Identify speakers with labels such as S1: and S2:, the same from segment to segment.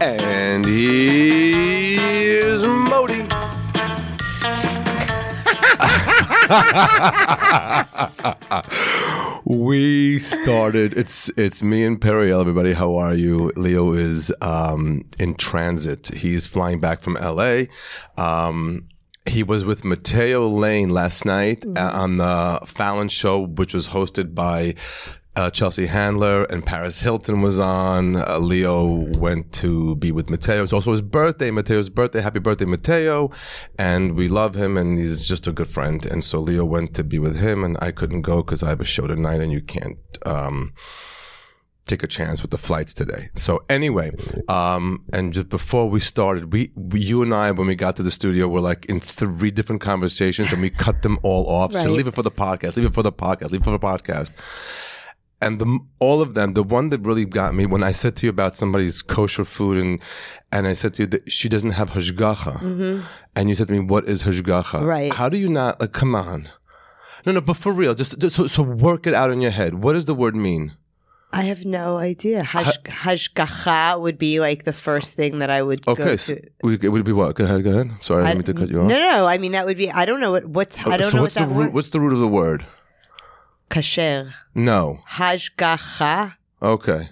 S1: And here's Modi. we started. It's it's me and Perry. Everybody, how are you? Leo is um, in transit. He's flying back from L.A. Um, he was with Mateo Lane last night uh, on the Fallon show, which was hosted by uh, Chelsea Handler and Paris Hilton was on. Uh, Leo went to be with Mateo. It's also his birthday, Mateo's birthday. Happy birthday, Mateo. And we love him and he's just a good friend. And so Leo went to be with him and I couldn't go because I have a show tonight and you can't, um, take a chance with the flights today. So anyway, um, and just before we started, we, we you and I when we got to the studio were like in three different conversations, and we cut them all off. So
S2: Right.
S1: leave it for the podcast. Leave it for the podcast. Leave it for the podcast. And the, all of them, the one that really got me when I said to you about somebody's kosher food, and and I said to you that she doesn't have hashgacha, and you said to me, "What is hashgacha?
S2: Mm-hmm. Right.
S1: How do you not like? Come on, no, no, but for real, just, just so, so work it out in your head. What does the word mean?
S2: I have no idea. Hash, hashgacha would be like the first thing that I would go
S1: Okay, so
S2: to.
S1: we, it would be what? Go ahead, go ahead. Sorry, I
S2: I-
S1: didn't mean to cut you
S2: no,
S1: off.
S2: no, no. I mean, that would be, I don't know what, what's, I don't
S1: so
S2: know
S1: what's
S2: what
S1: the
S2: that
S1: root?
S2: word.
S1: What's the root of the word?
S2: Kasher.
S1: No.
S2: Hashgacha.
S1: Okay.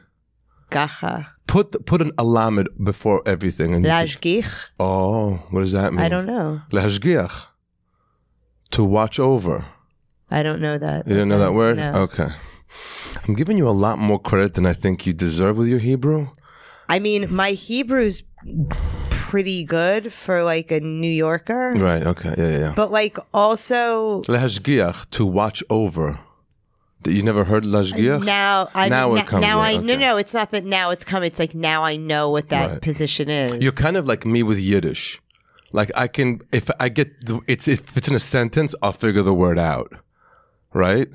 S2: Gacha.
S1: Put put an alamid before everything. And you should-
S2: Lashgich.
S1: oh, what does that mean?
S2: I don't know.
S1: Lashgiach. To watch over.
S2: I don't know that.
S1: You didn't know that word?
S2: No.
S1: Okay. I'm giving you a lot more credit than I think you deserve with your Hebrew.
S2: I mean, my Hebrew's pretty good for like a New Yorker,
S1: Right. Okay. Yeah. Yeah. yeah.
S2: but like also
S1: Lashgiach. To watch over. That you never heard
S2: Uh,
S1: lashgiach?
S2: now I
S1: Now it
S2: na-
S1: comes
S2: now
S1: out,
S2: I no
S1: okay.
S2: no it's not that now it's come it's like now I know what that
S1: Right.
S2: position is.
S1: You're kind of like me with Yiddish. Like I can, if I get, the, it's if it's in a sentence, I'll figure the word out, right?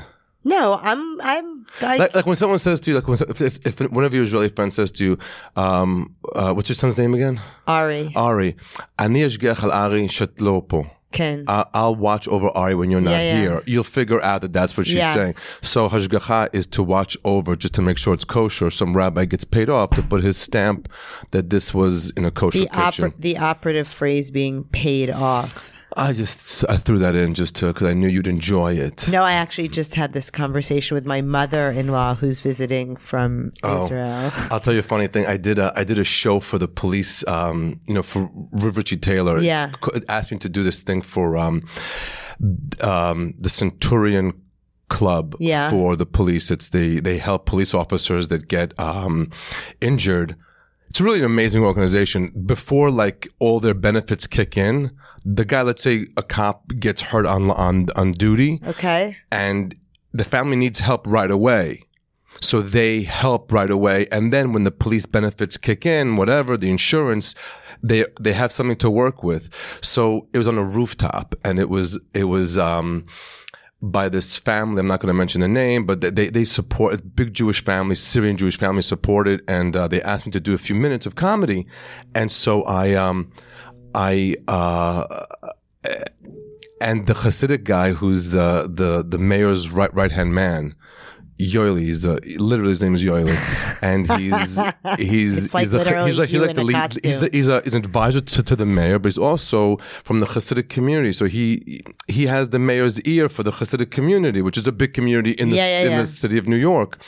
S2: no, I'm I'm I,
S1: Like, like when someone says to you, like when, so- if, if, if one of your Israeli friends says to you, um, uh, what's your son's name again?
S2: Ari
S1: Ari. Ani eshgeach al Ari shetlo po.
S2: Ken.
S1: I- I'll watch over Ari when you're not
S2: Yeah, yeah.
S1: here. You'll figure out that that's what she's
S2: Yes.
S1: saying. So hashgacha is to watch over, just to make sure it's kosher. Some rabbi gets paid off to put his stamp that this was in a kosher
S2: the
S1: kitchen.
S2: oper- the operative phrase being paid off.
S1: I just I threw that in just to because I knew you'd enjoy it.
S2: No, I actually just had this conversation with my mother-in-law who's visiting from
S1: Oh.
S2: Israel.
S1: I'll tell you a funny thing. I did a I did a show for the police. Um, you know, for R- Richie Taylor.
S2: Yeah.
S1: C- asked me to do this thing for um, um, the Centurion Club.
S2: Yeah.
S1: For the police, it's the they help police officers that get um, injured. It's really an amazing organization. Before like all their benefits kick in, the guy, let's say a cop gets hurt on on on duty.
S2: Okay.
S1: and the family needs help right away. So they help right away, and then when the police benefits kick in, whatever the insurance, they they have something to work with. So it was on a rooftop, and it was it was um, by this family. I'm not going to mention the name, but they- they they support a big Jewish family, Syrian Jewish family supported, and uh, they asked me to do a few minutes of comedy, and so I um I uh and the Hasidic guy who's the the the mayor's right right hand man. Yoeli, he's uh, literally his name is Yoeli, and he's he's
S2: like
S1: he's the,
S2: literally
S1: he's like he's
S2: you
S1: like
S2: in
S1: the
S2: a
S1: lead,
S2: costume.
S1: he's the, he's, a, he's an advisor to, to the mayor, but he's also from the Hasidic community. So he he has the mayor's ear for the Hasidic community, which is a big community in the
S2: Yeah, yeah,
S1: in
S2: yeah.
S1: the city of New York.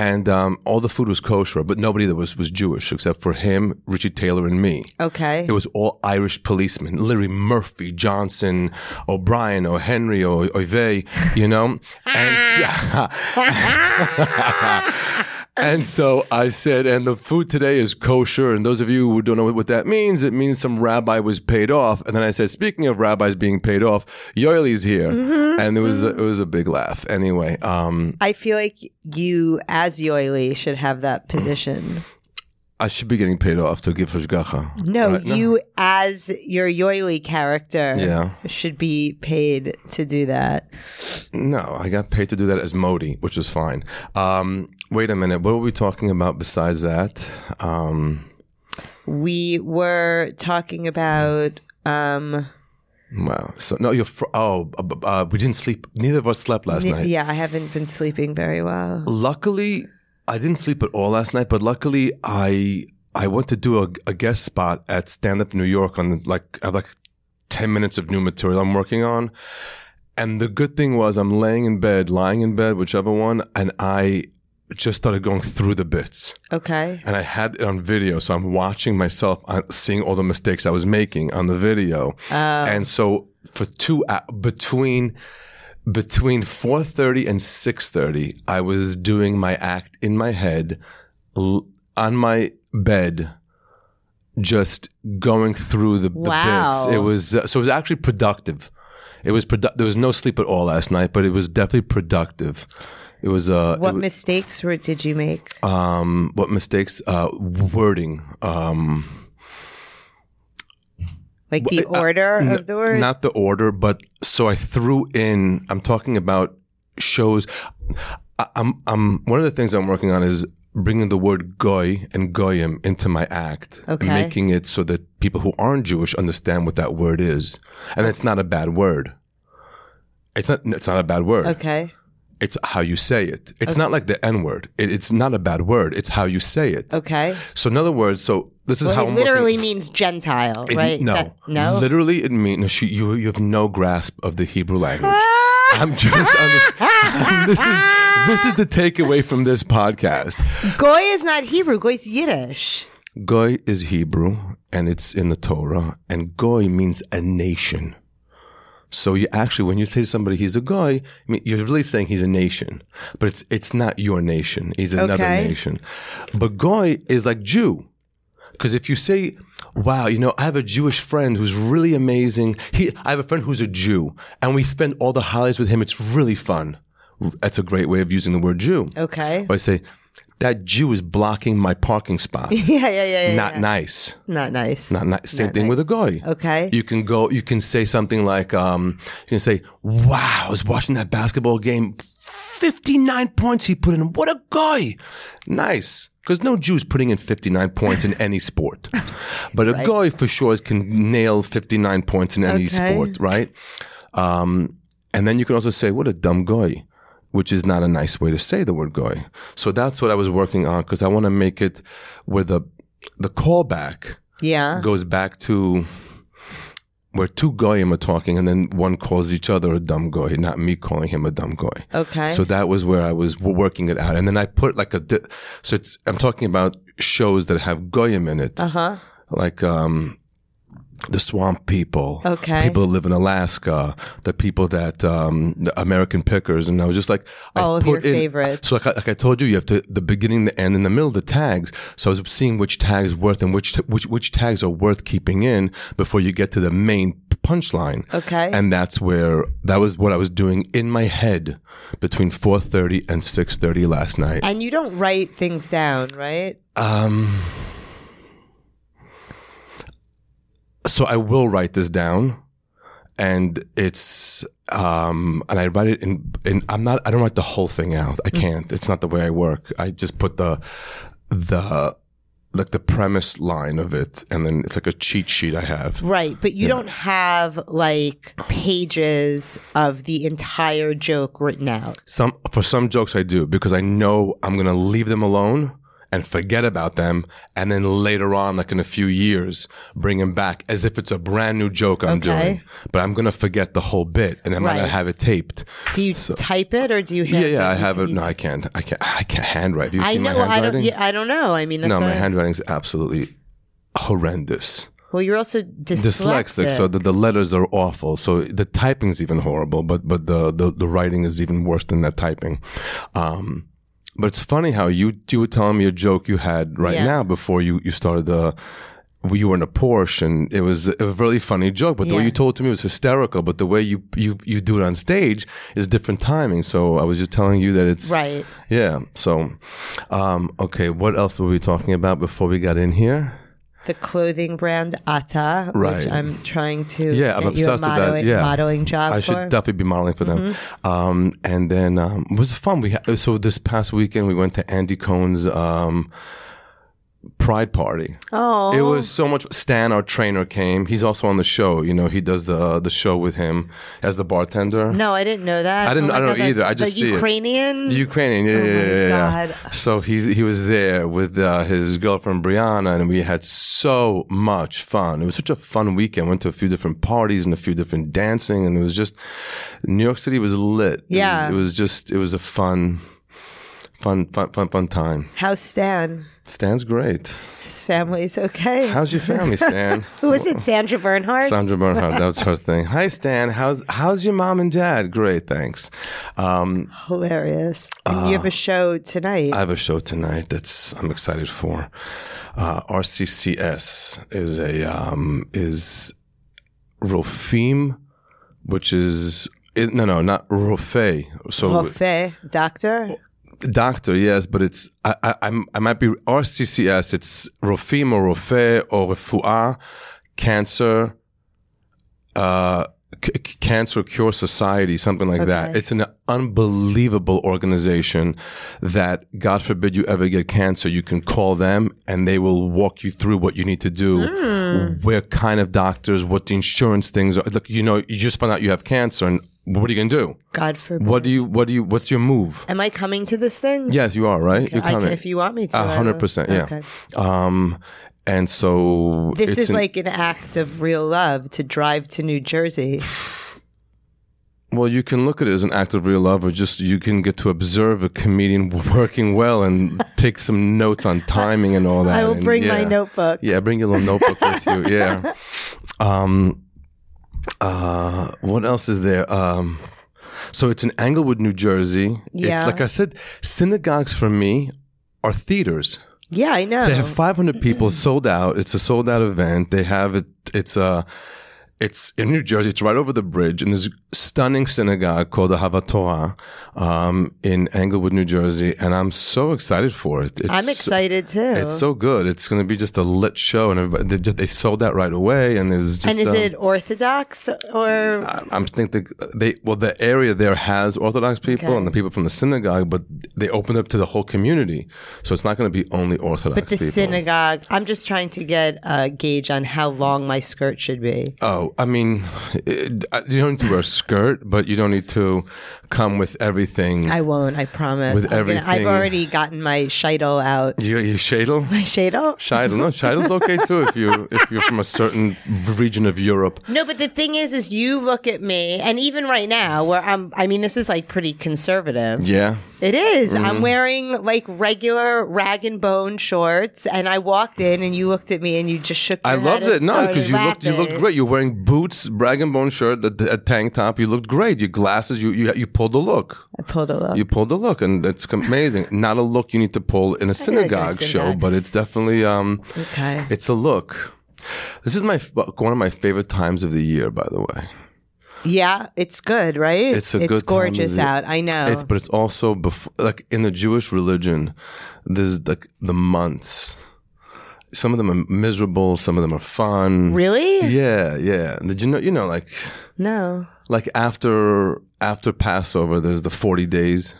S1: And um, all the food was kosher, but nobody that was was Jewish except for him, Richie Taylor, and me.
S2: Okay.
S1: It was all Irish policemen, literally Murphy, Johnson, O'Brien, O'Henry, o- O'Vey, you know? and, and so I said, and the food today is kosher. And those of you who don't know what that means, it means some rabbi was paid off. And then I said, speaking of rabbis being paid off, Yoeli's here.
S2: Mm-hmm.
S1: And there was a, it was a big laugh. Anyway, um,
S2: I feel like you, as Yoeli, should have that position.
S1: I should be getting paid off to give Hashgacha.
S2: No,
S1: right?
S2: you as your Yoeli character
S1: Yeah.
S2: should be paid to do that.
S1: No, I got paid to do that as Modi, which is fine. Um, wait a minute, what were we talking about besides that? Um,
S2: We were talking about um
S1: wow. So no, you're. Fr- oh, uh, b- uh, we didn't sleep. Neither of us slept last night.
S2: yeah, I haven't been sleeping very well.
S1: Luckily, I didn't sleep at all last night. But luckily, I I went to do a, a guest spot at Stand Up New York on like I have like ten minutes of new material I'm working on. And the good thing was I'm laying in bed, lying in bed, whichever one, and I just started going through the bits.
S2: Okay.
S1: And I had it on video, so I'm watching myself, uh, seeing all the mistakes I was making on the video.
S2: um, Oh.
S1: and so for two hou- between between 4:30 and 6:30, I was doing my act in my head l- on my bed just going through the, the
S2: Wow.
S1: bits. It was uh, so it was actually productive. It was produ- there was no sleep at all last night, but it was definitely productive. It was uh it
S2: What mistakes were did you make?
S1: um, what mistakes? Uh, wording. Um,
S2: Like the order of the words?
S1: uh, not the order, but so I threw in. I'm talking about shows. I, I'm. I'm. One of the things I'm working on is bringing the word goy and goyim into my act, and
S2: Okay.
S1: making it so that people who aren't Jewish understand what that word is, and it's not a bad word. It's not. It's not a bad word.
S2: okay.
S1: It's how you say it. It's not like the N word. It, it's not a bad word. It's how you say it.
S2: Okay.
S1: So in other words, so this is how
S2: it
S1: I'm
S2: literally
S1: working-
S2: means Gentile,
S1: It-
S2: right?
S1: No,
S2: That- no.
S1: Literally, it means no, she, you. You have no grasp of the Hebrew language.
S2: Ah!
S1: I'm just. under- this is this is the takeaway from this podcast.
S2: Goy is not Hebrew. Goy is Yiddish.
S1: Goy is Hebrew, and it's in the Torah, and Goy means a nation. So you actually, when you say to somebody he's a Goy, I mean, you're really saying he's a nation, but it's it's not your nation. He's another
S2: Okay.
S1: nation. But Goy is like Jew. Because if you say, wow, you know, I have a Jewish friend who's really amazing. He, I have a friend who's a Jew, and we spend all the holidays with him. It's really fun. That's a great way of using the word Jew.
S2: Okay.
S1: Or I say, that Jew is blocking my parking spot.
S2: Yeah, yeah, yeah. yeah,
S1: Not
S2: yeah.
S1: nice.
S2: Not nice.
S1: Not nice. Same thing with a guy.
S2: okay.
S1: You can go. You can say something like, um, you can say, "Wow, I was watching that basketball game. Fifty-nine points he put in. What a guy! Nice." Because no Jew's putting in 59 points in any sport. But a guy for sure can nail 59 points in any
S2: Okay.
S1: sport, right? Um, and then you can also say, what a dumb guy, which is not a nice way to say the word guy. So that's what I was working on because I want to make it where the, the callback
S2: yeah.
S1: goes back to where two goyim are talking, and then one calls each other a dumb goy, not me calling him a dumb goy.
S2: Okay.
S1: So that was where I was w- working it out, and then I put like a. Di- so it's I'm talking about shows that have goyim in it,
S2: uh huh.
S1: like um, the Swamp People,
S2: Okay.
S1: people that live in Alaska, the people that um, the American Pickers, and I was just like,
S2: All
S1: I
S2: of your
S1: put in-
S2: favorites.
S1: so like I, like I told you, you have to the beginning, the end, and the middle, the tags. So I was seeing which tags worth and which which which tags are worth keeping in before you get to the main punchline.
S2: Okay.
S1: And that's where that was what I was doing in my head between four thirty and six thirty last night.
S2: and you don't write things down, right?
S1: Um. So I will write this down, and it's um, and I write it in. in I'm not. I don't write the whole thing out. I can't. It's not the way I work. I just put the the like the premise line of it, and then it's like a cheat sheet I have.
S2: Right, but you don't have like pages of the entire joke written out.
S1: Some for some jokes I do because I know I'm gonna leave them alone and forget about them, and then later on, like in a few years, bring them back as if it's a brand new joke I'm
S2: Okay.
S1: doing. But I'm gonna forget the whole bit, and I'm gonna
S2: Right.
S1: have it taped.
S2: Do you type it or do you?
S1: Yeah,
S2: handwrite?
S1: yeah, I
S2: You
S1: have
S2: can-
S1: it. No, I can't. I can't. I can't handwrite. Have you
S2: I
S1: seen
S2: know.
S1: my
S2: I don't.
S1: handwriting?
S2: Yeah, I don't know. I mean, that's
S1: no,
S2: what
S1: my
S2: I-
S1: handwriting's absolutely horrendous.
S2: Well, you're also dyslexic.
S1: Dyslexic, so the, the letters are awful. So the typing's even horrible, but but the, the, the writing is even worse than that typing. Um, but it's funny how you you were telling me a joke you had right
S2: Yeah.
S1: now before you you started the. You were in a Porsche, and it was a really funny joke. But the way
S2: Yeah.
S1: you told it to me was hysterical. But the way you you you do it on stage is different timing. So I was just telling you that it's
S2: right.
S1: Yeah. So, um, okay. What else were we talking about before we got in here?
S2: The clothing brand Atta,
S1: Right.
S2: which I'm trying to
S1: Yeah, I'm
S2: get you
S1: obsessed
S2: a
S1: with that,
S2: modeling,
S1: yeah.
S2: modeling job
S1: I
S2: for.
S1: should definitely be modeling for them. Um, and then um, it was fun. We ha- so this past weekend we went to Andy Cohen's um, pride party.
S2: Oh,
S1: It was so much. Stan, our trainer, came. He's also on the show. You know, he does the the show with him as the bartender.
S2: no, I didn't know that. Oh
S1: I didn't-
S2: my
S1: I don't
S2: God,
S1: either.
S2: that's-
S1: I just
S2: the
S1: see it.
S2: Ukrainian.
S1: The Ukrainian, yeah, yeah,
S2: Mm. Oh my
S1: yeah, yeah.
S2: God.
S1: So he he was there with uh, his girlfriend Brianna, and we had so much fun. It was such a fun weekend. Went to a few different parties and a few different dancing, and it was just New York City was lit. It
S2: Yeah.
S1: was- it was just it was a fun, fun, fun, fun, fun time.
S2: How's Stan?
S1: Stan's great.
S2: His family's okay.
S1: How's your family, Stan?
S2: Who is it? Sandra Bernhardt.
S1: Sandra Bernhardt, that's her thing. Hi, Stan. How's how's your mom and dad? Great, thanks. Um,
S2: Hilarious. And you have a show tonight.
S1: Ah. I have a show tonight that's I'm excited for. Uh, RCCS is a um, is Rofim, which is it, no no not Rofe. So
S2: Rofe, doctor.
S1: doctor, yes, but it's I, I I'm I might be RCCS. It's Rofim or Rofe or Refua, cancer, uh, c- c- cancer cure society, something like that. It's an unbelievable organization that, God forbid, you ever get cancer, you can call them and they will walk you through what you need to do, where kind of doctors, what the insurance things are. Look, you know, you just found out you have cancer, and what are you gonna do?
S2: God forbid.
S1: What do you? What do you? What's your move?
S2: Am I coming to this thing?
S1: Yes, you are right. You're
S2: I can,
S1: coming.
S2: if you want me to.
S1: A
S2: I
S1: hundred
S2: will.
S1: percent. Yeah.
S2: Okay.
S1: Um, and so
S2: This
S1: it's
S2: is
S1: an-
S2: like an act of real love to drive to New Jersey.
S1: well, you can look at it as an act of real love, or just you can get to observe a comedian working well and take some notes on timing and all that.
S2: I will
S1: And
S2: bring my
S1: yeah.
S2: notebook.
S1: Yeah, bring your little notebook with you. Yeah. Um, uh, what else is there? Um, so it's in Englewood, New Jersey.
S2: Yeah.
S1: It's like I said, synagogues for me are theaters.
S2: Yeah, I know.
S1: They have 500 people sold out. It's a sold out event. They have it. It's a. It's in New Jersey. It's right over the bridge, and there's a stunning synagogue called the Hava Torah um, in Englewood, New Jersey, and I'm so excited for it. It's
S2: I'm
S1: so-
S2: excited too.
S1: it's so good. It's going to be just a lit show, and everybody, they, just, they sold that right away. And there's just
S2: and is
S1: um,
S2: it Orthodox or
S1: I- I'm thinking they well the area there has Orthodox people and the people from the synagogue, but they opened up to the whole community, so it's not going to be only Orthodox
S2: but the
S1: people.
S2: synagogue? I'm just trying to get a gauge on how long my skirt should be.
S1: Oh, I mean, it, I- you don't need to wear a skirt, but you don't need to come with everything.
S2: I won't. I promise.
S1: With
S2: I'm gonna- I've
S1: everything-
S2: already gotten my shidel out.
S1: you, you shadel,
S2: My shidel.
S1: shadel, no, shadel's okay too if you if you're from a certain region of Europe.
S2: No, but the thing is, is you look at me, and even right now, where I'm, I mean, this is like pretty conservative.
S1: Yeah,
S2: It is.
S1: Mm.
S2: I'm wearing like regular rag and bone shorts, and I walked in, and you looked at me, and you just shook. Your
S1: I
S2: head
S1: loved
S2: and
S1: it. No,
S2: started
S1: because you looked you looked
S2: laughing.
S1: great. You're wearing boots, brag and bone shirt, a, a tank top. You looked great. Your glasses. You you, you pulled the look.
S2: I pulled a look.
S1: You pulled the look, and it's amazing. Not a look you need to pull in a synagogue show,
S2: synagogue.
S1: but it's definitely um,
S2: okay.
S1: it's a look. This is my f- one of my favorite times of the year, by the way.
S2: Yeah, it's good, right?
S1: It's a good time
S2: gorgeous
S1: of the-
S2: out. I know.
S1: It's but it's also before, like in the Jewish religion, there's like the months. Some of them are miserable. Some of them are fun.
S2: really
S1: Yeah, yeah. Did you know? You know, like
S2: no.
S1: like after after Passover, there's the forty days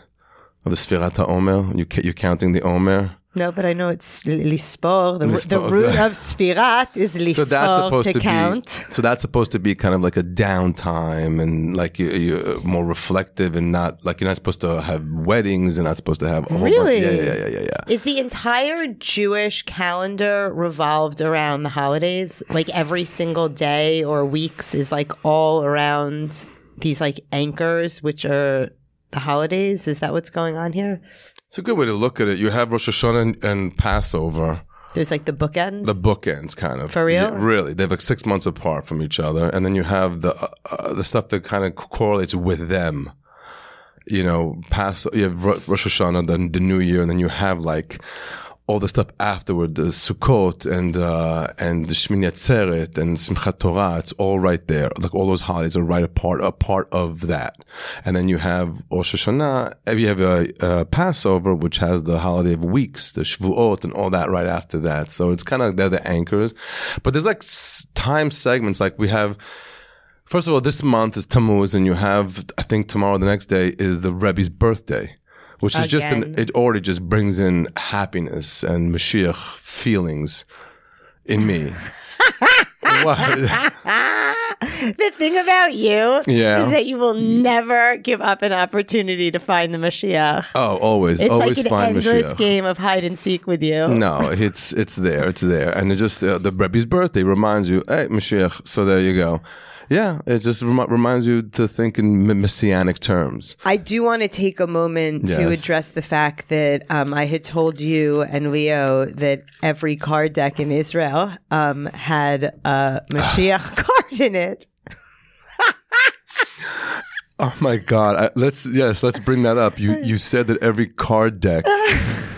S1: of the Sfirata Omer. You ca- you're counting the Omer.
S2: No, but I know it's l- lispor. The,
S1: Lispor,
S2: the root
S1: okay.
S2: of spirat is
S1: So
S2: lispor
S1: that's supposed
S2: to,
S1: to,
S2: count.
S1: be. So that's supposed to be kind of like a downtime and like you, you're more reflective and not like you're not supposed to have weddings. You're not supposed to have a whole bunch-
S2: Really?
S1: Yeah, yeah, yeah, yeah, yeah.
S2: Is the entire Jewish calendar revolved around the holidays? Like every single day or weeks is like all around these like anchors, which are the holidays. Is that what's going on here?
S1: It's a good way to look at it. You have Rosh Hashanah and, and Passover,
S2: There's like the bookends.
S1: the bookends, kind of.
S2: For real?
S1: Yeah, really, they're like six months apart from each other, and then you have the uh, uh, the stuff that kind of correlates with them. You know, pass. You have Ro- Rosh Hashanah, then the New Year, and then you have like all the stuff afterward, the Sukkot and uh, and the Shmini Atzeret and Simchat Torah. It's all right there. Like all those holidays are right apart, a part of that. And then you have Rosh Hashanah. and You have a, uh Passover, which has the holiday of weeks, the Shavuot, and all that right after that. So it's kind of they're the anchors. But there's like s- time segments. Like we have. First of all, this month is Tammuz, and you have, I think tomorrow, the next day, is the Rebbe's birthday, which is just an,
S2: Again.
S1: it already just brings in happiness and Mashiach feelings in me. what?
S2: Ah! the thing about you
S1: Yeah. Mm.
S2: is that you will never give up an opportunity to find the Mashiach.
S1: Oh, always,
S2: It's
S1: always
S2: like an
S1: find
S2: endless
S1: Mashiach.
S2: game of hide and seek with you.
S1: No, it's it's there, it's there, and it just uh, the Rebbe's birthday reminds you, hey Mashiach. So there you go. Yeah, it just remi- reminds you to think in me- messianic terms.
S2: I do want to take a moment to
S1: Yes.
S2: address the fact that um, I had told you and Leo that every card deck in Israel um, had a Mashiach card in it.
S1: Oh my God! I, let's yes, let's bring that up. You you said that every card deck,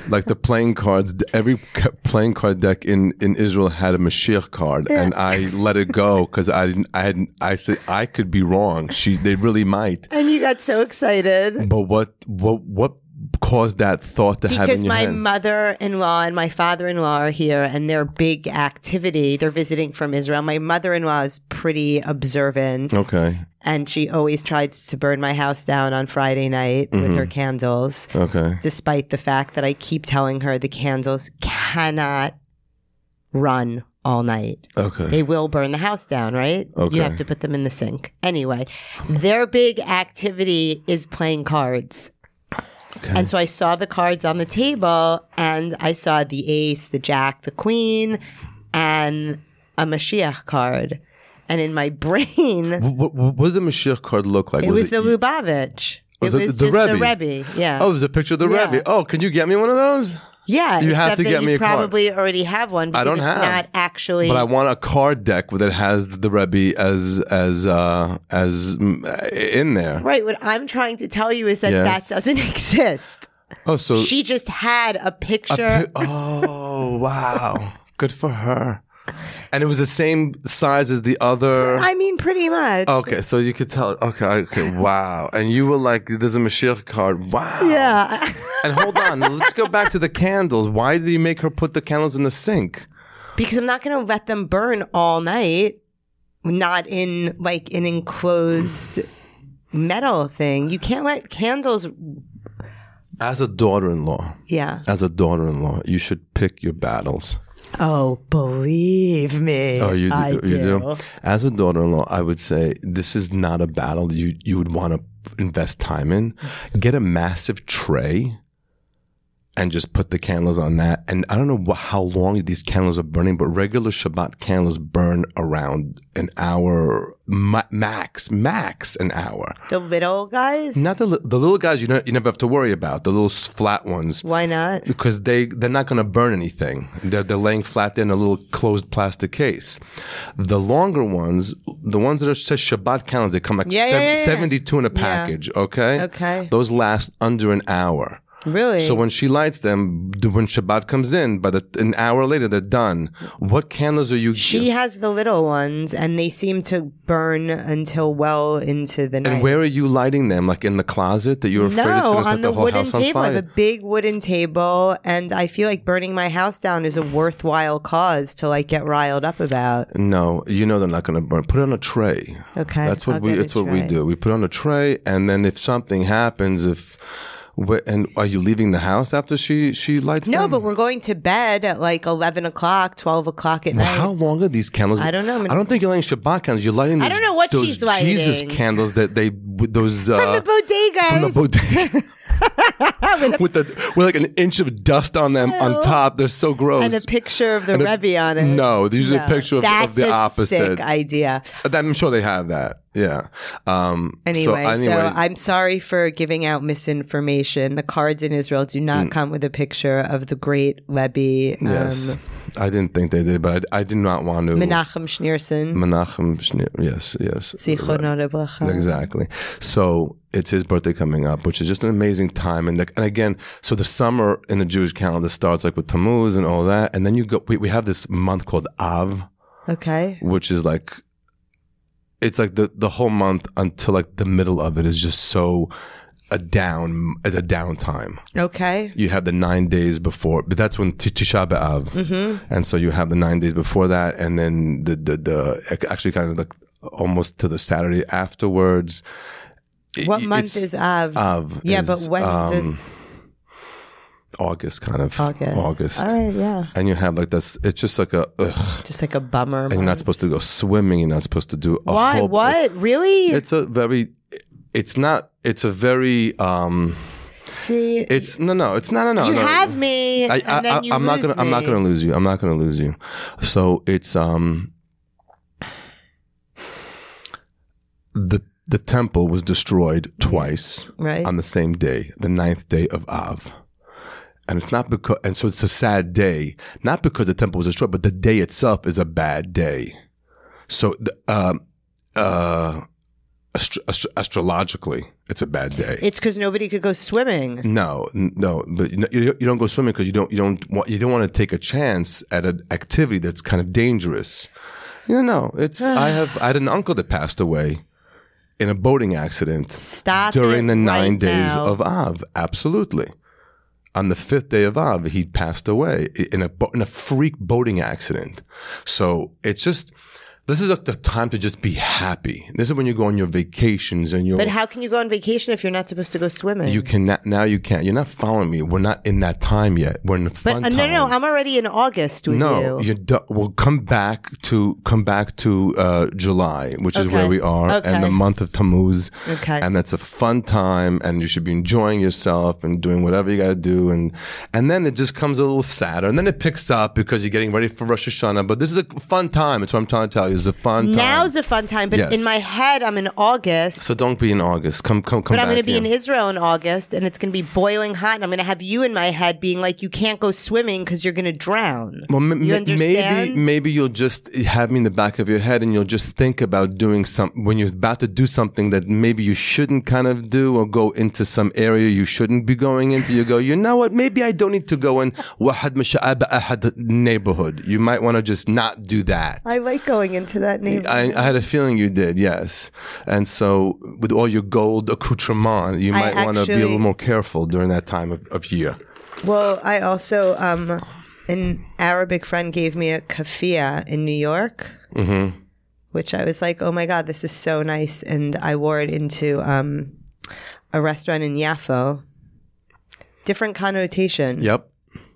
S1: like the playing cards, every ca- playing card deck in in Israel had a Mashiach card, and I let it go because I didn't. I hadn't. I said I could be wrong. She they really might.
S2: And you got so excited.
S1: But what what what caused that thought to have
S2: Because
S1: in your
S2: my
S1: head?
S2: mother in law and my father in law are here and their big activity, they're visiting from Israel. My mother in law is pretty observant.
S1: okay.
S2: and she always tried to burn my house down on Friday night with
S1: Mm-hmm.
S2: her candles,
S1: Okay.
S2: despite the fact that I keep telling her the candles cannot run all night.
S1: Okay.
S2: They will burn the house down, right?
S1: Okay.
S2: You have to put them in the sink. Anyway, their big activity is playing cards.
S1: Okay.
S2: And so I saw the cards on the table and I saw the ace, the jack, the queen, and a Mashiach card. And in my brain,
S1: what, what, what did the Mashiach card look like?
S2: It was,
S1: it-
S2: the Lubavitch.
S1: Was
S2: it
S1: it
S2: was
S1: the
S2: just the
S1: Rebbe?
S2: Rebbe. Yeah.
S1: Oh, it was a picture of the
S2: Yeah.
S1: Rebbe. Oh, can you get me one of those?
S2: yeah.
S1: you have
S2: except
S1: to
S2: that
S1: get
S2: you
S1: me a card.
S2: probably already have one. Because
S1: don't
S2: it's
S1: have.
S2: Not actually.
S1: But I want a card deck that has the Rebbe as as uh, as mm, uh, in there.
S2: right. What I'm trying to tell you is that
S1: Yes.
S2: that doesn't exist.
S1: Oh, so
S2: She just had a
S1: a pi-
S2: picture.
S1: oh wow, good for her. And it was the same size as the other.
S2: I mean, pretty much.
S1: Okay, so you could tell. Okay, okay, wow. And you were like, "There's a Mashiach card." Wow.
S2: yeah.
S1: And hold on, let's go back to the candles. Why did you make her put the candles in the sink?
S2: because I'm not going to let them burn all night. Not in like an enclosed metal thing. You can't let candles.
S1: As a daughter-in-law,
S2: Yeah.
S1: as a daughter-in-law, you should pick your battles.
S2: Oh, believe me.
S1: Oh, you do,
S2: I
S1: you do. As a daughter-in-law, I would say this is not a battle that you you would want to invest time in. Get a massive tray and just put the candles on that. And I don't know wha how long these candles are burning, but regular Shabbat candles burn around an hour ma- max, max an hour.
S2: The little guys?
S1: Not the li- the little guys you don't, you never have to worry about. The little s- flat ones.
S2: Why not?
S1: because they they're not going to burn anything. They're they're laying flat there in a little closed plastic case. The longer ones, the ones that are says Shabbat calendars, they come like
S2: Yeah, yeah,
S1: sev-
S2: yeah, yeah.
S1: 72 in a package, okay?
S2: Okay.
S1: Those last under an hour.
S2: Really?
S1: So when she lights them, d- when Shabbat comes in, by the an hour later they're done. What candles are you
S2: she has the little ones and they seem to burn until well into the night.
S1: and where are you lighting them? Like in the closet that you're afraid it's going
S2: no,
S1: to
S2: on
S1: set the,
S2: the
S1: whole
S2: wooden
S1: house on
S2: table, I
S1: fire?
S2: have a big wooden table, and I feel like burning my house down is a worthwhile cause to like get riled up about.
S1: No, you know they're not going to burn. Put it on a tray.
S2: Okay,
S1: that's what
S2: I'll
S1: we.
S2: get a
S1: That's what we
S2: tray.
S1: do. We put on a tray, and then if something happens, if wh- and are you leaving the house after she she lights
S2: No,
S1: them?
S2: but we're going to bed at like eleven o'clock, twelve o'clock at night.
S1: How long are these candles?
S2: I don't know.
S1: I don't think you're lighting Shabbat candles. You're lighting. These,
S2: I don't know what
S1: those
S2: she's lighting.
S1: Jesus candles that they with those uh,
S2: From the bodegas.
S1: from the bodega. with the with like an inch of dust on them on top. They're so gross.
S2: and a picture of the
S1: a-
S2: Rebbe on it.
S1: No, these are a
S2: No.
S1: picture of,
S2: That's
S1: of the
S2: a
S1: opposite.
S2: Sick idea.
S1: I'm sure they have that. Yeah. Um, so
S2: Anyway, so, I'm sorry for giving out misinformation. The cards in Israel do not
S1: Mm.
S2: come with a picture of the great Rebbe um,
S1: Yes. I didn't think they did, but I, I did not want to.
S2: Menachem Schneerson.
S1: Menachem Schneer. Yes, yes.
S2: Zichrono Lebracha.
S1: Exactly. So it's his birthday coming up, which is just an amazing time. And, like and again, so the summer in the Jewish calendar starts like with Tammuz and all that. And then you go, we, we have this month called Av,
S2: Okay.
S1: which is like, it's like the, the whole month until like the middle of it is just so a down, at a downtime
S2: Okay.
S1: you have the nine days before, but that's when T- Tisha B'Av,
S2: Mm-hmm.
S1: and so you have the nine days before that, and then the the, the actually kind of like almost to the Saturday afterwards. It-
S2: What month
S1: it's-
S2: is Av?
S1: Av?
S2: yeah,
S1: is,
S2: but when does
S1: um, August, kind of
S2: August.
S1: August.
S2: All right, yeah.
S1: And you have like this. It's just like a. Ugh.
S2: Just like a bummer.
S1: You're not supposed to go swimming. You're not supposed to do. A
S2: Why?
S1: Whole,
S2: what? really?
S1: It's a very. It's not. It's a very. um
S2: See,
S1: It's no, no. It's not. No, no.
S2: you
S1: no.
S2: have me,
S1: I,
S2: and then
S1: I,
S2: you
S1: I'm not
S2: lose
S1: gonna. I'm not
S2: me.
S1: gonna lose you. I'm not gonna lose you. So it's um. The the temple was destroyed twice
S2: Right.
S1: on the same day, the ninth day of Av. And it's not because, and so it's a sad day, not because the temple was destroyed, but the day itself is a bad day. So, the, um uh, astro- astro- astrologically, it's a bad day.
S2: it's because nobody could go swimming.
S1: No, n- no, but you, know, you you don't go swimming because you don't you don't want you don't want to take a chance at an activity that's kind of dangerous. You know, it's I have I had an uncle that passed away in a boating accident
S2: Stop
S1: during
S2: it
S1: the nine
S2: right
S1: days
S2: now.
S1: of Av. Absolutely, on the fifth day of Av, he passed away i- in a bo- in a freak boating accident. So it's just. This is like the time to just be happy. This is when you go on your vacations and your
S2: But how can you go on vacation if you're not supposed to go swimming?
S1: you cannot now. You can't. You're not following me. We're not in that time yet. We're in the
S2: but
S1: fun
S2: uh, no,
S1: time.
S2: no, I'm already in August with
S1: no,
S2: you.
S1: you're du- we'll come back to come back to uh, July, which is where
S2: Okay.
S1: we are, and the
S2: Okay.
S1: month of Tammuz.
S2: Okay.
S1: and that's a fun time, and you should be enjoying yourself and doing whatever you got to do, and and then it just comes a little sadder, and then it picks up because you're getting ready for Rosh Hashanah. But this is a fun time. That's what I'm trying to tell you. It's a fun time.
S2: Now's a fun time, but
S1: Yes.
S2: in my head, I'm in August.
S1: so don't be in August. Come, come, come.
S2: but I'm
S1: going to
S2: be in Israel in August, and it's going to be boiling hot, and I'm going to have you in my head being like, "You can't go swimming because you're going to drown."
S1: Well, m-
S2: you
S1: m- maybe
S2: understand?
S1: maybe you'll just have me in the back of your head, and you'll just think about doing some when you're about to do something that maybe you shouldn't kind of do, or go into some area you shouldn't be going into. You go, you know what? Maybe I don't need to go in Wahad Masha'ab Ahad neighborhood. You might want to just not do that.
S2: I like going into that neighborhood.
S1: I, I had a feeling you did, yes. And so, with all your gold accoutrement, you
S2: I
S1: might want to be a
S2: actually-
S1: little more careful during that time of, of year.
S2: Well, I also um, an Arabic friend gave me a kafia in New York, mm-hmm. which I was like, "Oh my god, this is so nice!" And I wore it into um, a restaurant in Yaffo. Different connotation.
S1: Yep.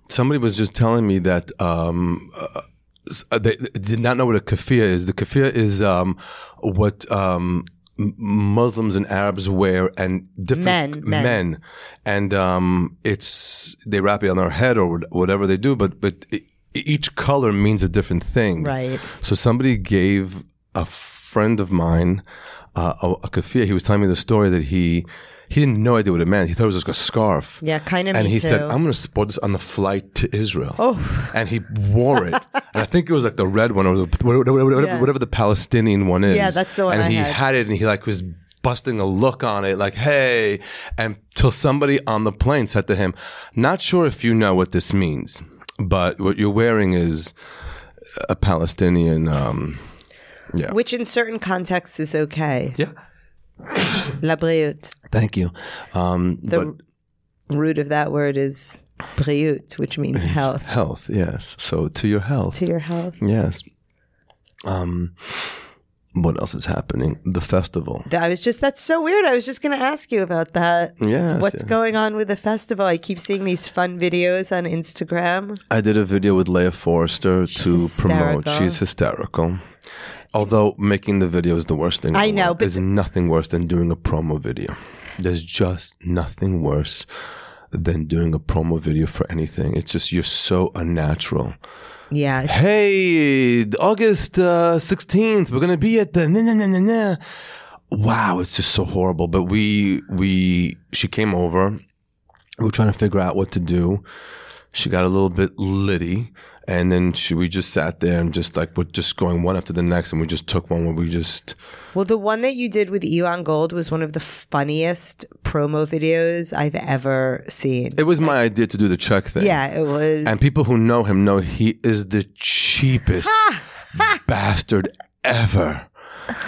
S1: Somebody was just telling me that um, uh, s- uh, they, they did not know what a kafia is. The kafia is um, what um, M- Muslims and Arabs wear, and different
S2: Men, men.
S1: and um, it's they wrap it on their head or what- whatever they do. But but e- each color means a different thing,
S2: Right.
S1: so somebody gave a friend of mine uh, a, a kafir. He was telling me the story that he he didn't know idea what it meant. He thought it was just a scarf.
S2: Yeah, kinda
S1: And
S2: me
S1: he said,
S2: too.
S1: "I'm going to sport this on the flight to Israel." Oh. And he wore it. and I think it was like the red one or the, whatever, whatever,
S2: Yeah.
S1: whatever the Palestinian one is.
S2: Yeah, that's the one
S1: And
S2: I
S1: he
S2: had.
S1: had it, and he like was busting a look on it, like "Hey!" And till somebody on the plane said to him, "Not sure if you know what this means, but what you're wearing is." a Palestinian. Um,
S2: Which in certain contexts is okay.
S1: yeah.
S2: La briut.
S1: Thank you. Um,
S2: The
S1: but
S2: root of that word is briut, which means health.
S1: health, yes. So to your health,
S2: To your health.
S1: yes. Um, what else is happening? The festival.
S2: Th- I was just, that's so weird. I was just going to ask you about that.
S1: Yes.
S2: What's
S1: yeah.
S2: going on with the festival? I keep seeing these fun videos on Instagram.
S1: I did a video with Leah Forrester to promote.
S2: hysterical.
S1: She's hysterical. Although making the video is the worst thing. in
S2: I
S1: the
S2: know,
S1: world.
S2: but-
S1: there's nothing worse than doing a promo video. There's just nothing worse than doing a promo video for anything. It's just you're so unnatural.
S2: Yeah. it's-
S1: hey, August uh, 16th, we're going to be at the na na na na na. Wow, it's just so horrible. But we, we, she came over. We were trying to figure out what to do. She got a little bit litty. And then she, we just sat there and just like, we're just going one after the next. And we just took one where we just,
S2: Well, the one that you did with Elon Gold was one of the funniest promo videos I've ever seen.
S1: it was my idea to do the check thing.
S2: yeah, it was.
S1: And people who know him know he is the cheapest bastard ever.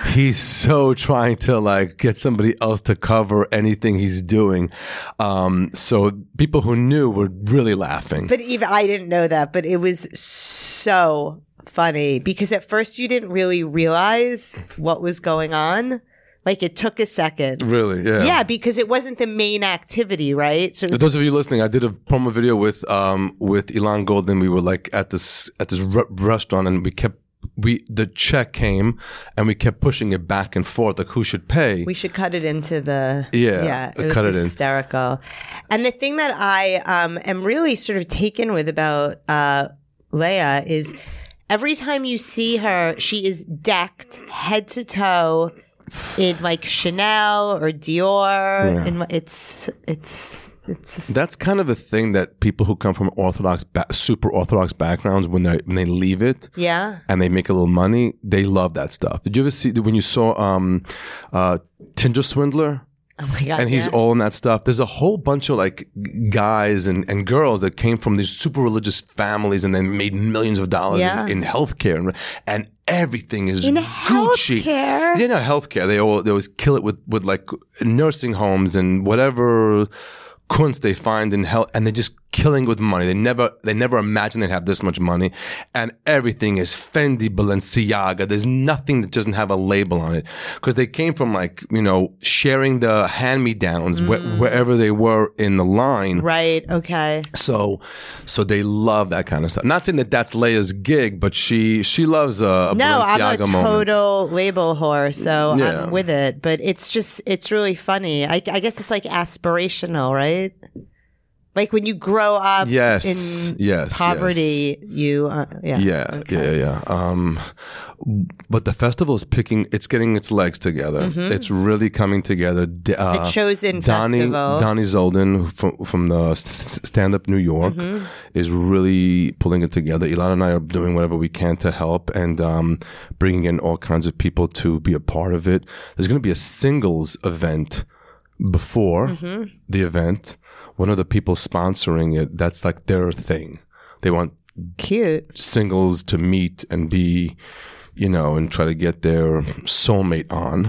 S1: He's so trying to like get somebody else to cover anything he's doing. Um, so people who knew were really laughing.
S2: But even I didn't know that, but it was so funny because at first you didn't really realize what was going on. Like it took a second.
S1: Really? Yeah.
S2: Yeah, because it wasn't the main activity, right? So it was
S1: Those of you listening, I did a promo video with um with Elon Golden. We were like at this at this re- restaurant, and we kept we the check came, and we kept pushing it back and forth, like who should pay.
S2: We should cut it into the
S1: Yeah,
S2: yeah. It was
S1: cut it in.
S2: hysterical. And the thing that I um, am really sort of taken with about uh, Leia is every time you see her, she is decked head to toe in like Chanel or Dior,
S1: Yeah.
S2: and it's it's it's
S1: That's kind of a thing that people who come from orthodox, ba- super orthodox backgrounds, when they when they leave it,
S2: yeah.
S1: and they make a little money, they love that stuff. Did you ever see when you saw um, uh, Tinder Swindler?
S2: Oh my god!
S1: and he's
S2: yeah.
S1: all in that stuff. There's a whole bunch of like g- guys and, and girls that came from these super religious families and then made millions of dollars
S2: Yeah.
S1: in, in healthcare and, and everything is
S2: In
S1: Gucci.
S2: healthcare?
S1: You know, healthcare. They all they always kill it with with like nursing homes and whatever kunst they find in health, and they're just killing with money. They never they never imagine they'd have this much money, and everything is Fendi, Balenciaga. There's nothing that doesn't have a label on it because they came from like you know sharing the hand me downs wh- wherever they were in the line.
S2: Mm. right. Okay.
S1: So, so they love that kind of stuff. Not saying that that's Leia's gig, but she she loves uh, a, a
S2: No, I'm a
S1: Balenciaga moment.
S2: total label whore, so
S1: Yeah.
S2: I'm with it. But it's just, it's really funny. I, I guess it's like aspirational, right? Like when you grow up
S1: Yes,
S2: in
S1: yes,
S2: poverty, you, uh, yeah.
S1: Yeah, yeah, yeah, yeah. Um, but the festival is picking; it's getting its legs together.
S2: Mm-hmm.
S1: It's really coming together. D-
S2: The
S1: Uh,
S2: Chosen
S1: Donnie
S2: Festival.
S1: Donnie Zolden from from the S- S- Stand Up New York
S2: Mm-hmm.
S1: is really pulling it together. Elon and I are doing whatever we can to help and um, bringing in all kinds of people to be a part of it. There's going to be a singles event before
S2: Mm-hmm.
S1: the event. One of the people sponsoring it, that's like their thing. They want
S2: Cute.
S1: singles to meet and be, you know, and try to get their soulmate on.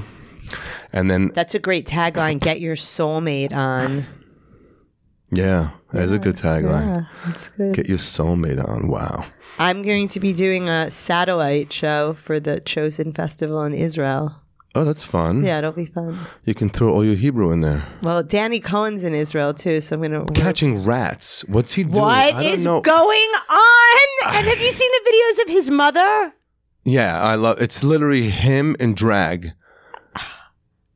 S1: And then,
S2: That's a great tagline. Get your soulmate on.
S1: yeah, there's a good tagline.
S2: Yeah, that's good.
S1: Get your soulmate on. Wow.
S2: I'm going to be doing a satellite show for the Chosen Festival in Israel.
S1: Oh, that's fun.
S2: Yeah, it'll be fun.
S1: You can throw all your Hebrew in there.
S2: Well, Danny Cohen's in Israel too, so I'm going to
S1: Catching rats. What's he doing? I
S2: What
S1: don't
S2: is
S1: know.
S2: going on? And have you seen the videos of his mother?
S1: yeah, I love. It's literally him in drag.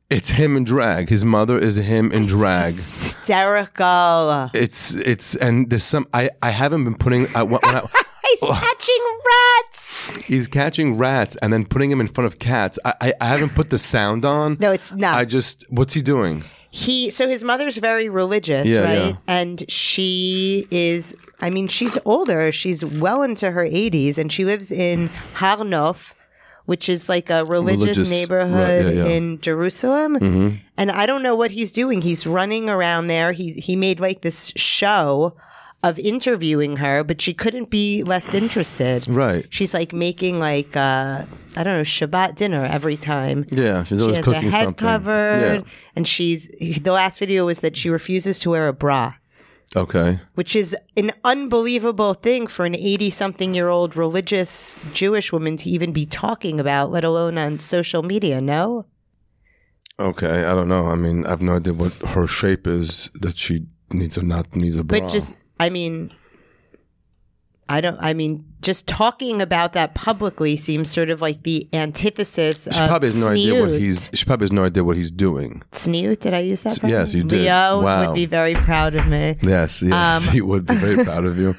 S1: It's him in drag. His mother is him in drag.
S2: Hysterical.
S1: It's it's and there's some I I haven't been putting I, when I,
S2: He's catching rats.
S1: He's catching rats and then putting him in front of cats. I, I, I haven't put the sound on.
S2: No, it's not.
S1: I just, what's he doing?
S2: he so his mother's very religious,
S1: Yeah,
S2: right?
S1: yeah.
S2: And she is I mean, she's older. She's well into her 80s and she lives in Harnov, which is like a religious,
S1: Religious, right,
S2: neighborhood
S1: yeah, Mm-hmm. yeah.
S2: in Jerusalem. And I don't know what he's doing. He's running around there. He he made like this show of interviewing her, but she couldn't be less interested.
S1: Right.
S2: She's like making like uh I don't know, Shabbat dinner every time
S1: Yeah, she's
S2: she
S1: always
S2: has her
S1: cooking
S2: head
S1: something.
S2: covered, and she's the last video was that she refuses to wear a bra,
S1: Yeah. Okay.
S2: which is an unbelievable thing for an eighty-something-year-old religious Jewish woman to even be talking about, let alone on social media. No,
S1: Okay. I don't know. I mean, I have no idea what her shape is that she needs or not needs a bra.
S2: but just I mean, I don't. I mean, just talking about that publicly seems sort of like the antithesis.
S1: she
S2: of
S1: probably has no idea what
S2: uh, snoot.
S1: he's. She probably has no idea what he's doing.
S2: snoot. Did I use that?
S1: S- yes,
S2: properly?
S1: you did.
S2: Leo
S1: Wow.
S2: would be very proud of me.
S1: Yes, yes,
S2: Um,
S1: he would be very proud of you.